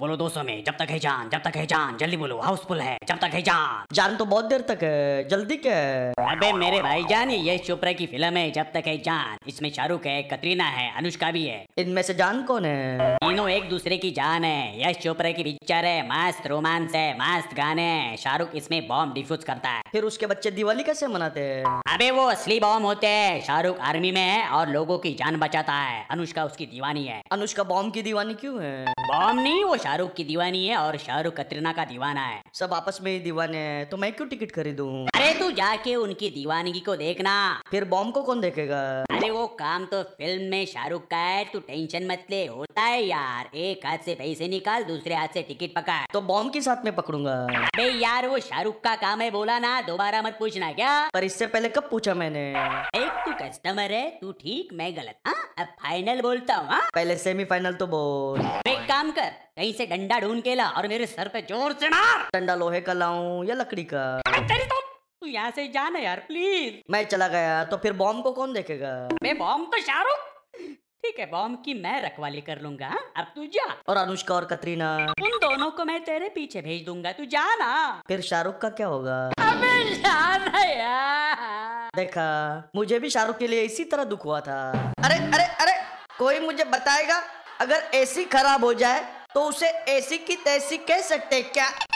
बोलो दो सौ में जब तक है जान जब तक है जान जल्दी बोलो हाउसफुल है जब तक है जान जान तो बहुत देर तक है जल्दी क्या है अबे मेरे भाई जान ये यश चोपड़ा की फिल्म है जब तक है जान इसमें शाहरुख है कतरीना है अनुष्का भी है इनमें से जान कौन है तीनों एक दूसरे की जान है यश चोपड़ा की पिक्चर है मस्त रोमांस है मस्त गाने हैं शाहरुख इसमें बॉम्ब डिफ्यूज करता है फिर उसके बच्चे दिवाली कैसे मनाते हैं अबे वो असली बॉम्ब होते हैं शाहरुख आर्मी में है और लोगों की जान बचाता है अनुष्का उसकी दीवानी है अनुष्का बॉम्ब की दीवानी क्यों है बॉम्ब नहीं वो शाहरुख की दीवानी है और शाहरुख कतरीना का दीवाना है सब आपस में ही दीवाने हैं तो मैं क्यों टिकट खरीदूं अरे तू जाके उनकी दीवानगी को देखना फिर बॉम्ब को कौन देखेगा अरे वो काम तो फिल्म में शाहरुख का है तू टेंशन मत ले होता है यार एक हाथ से पैसे निकाल दूसरे हाथ से टिकट पकड़ तो बॉम्ब के साथ में पकड़ूंगा अबे यार वो शाहरुख का काम है बोला ना दोबारा मत पूछना क्या पर इससे पहले कब पूछा मैंने एक तू कस्टमर है तू ठीक मैं गलत हाँ अब फाइनल बोलता हूँ हाँ? पहले सेमीफाइनल तो बोल अब एक काम कर कहीं से डंडा ढूंढ के ला और मेरे सर पे जोर से मार डंडा लोहे का लाऊं या लकड़ी का अब तेरी तो तू यहाँ से जाना यार प्लीज मैं चला गया तो फिर बॉम्ब को कौन देखेगा मैं बॉम्ब तो शाहरुख ठीक है बॉम्ब की मैं रखवाली कर लूंगा हाँ? अब तू जा और अनुष्का और कतरीना उन दोनों को मैं तेरे पीछे भेज दूंगा तू जा ना फिर शाहरुख का क्या होगा अबे जाना यार देखा मुझे भी शाहरुख के लिए इसी तरह दुख हुआ था अरे अरे अरे कोई मुझे बताएगा अगर एसी खराब हो जाए तो उसे एसी की तैसी कह सकते हैं क्या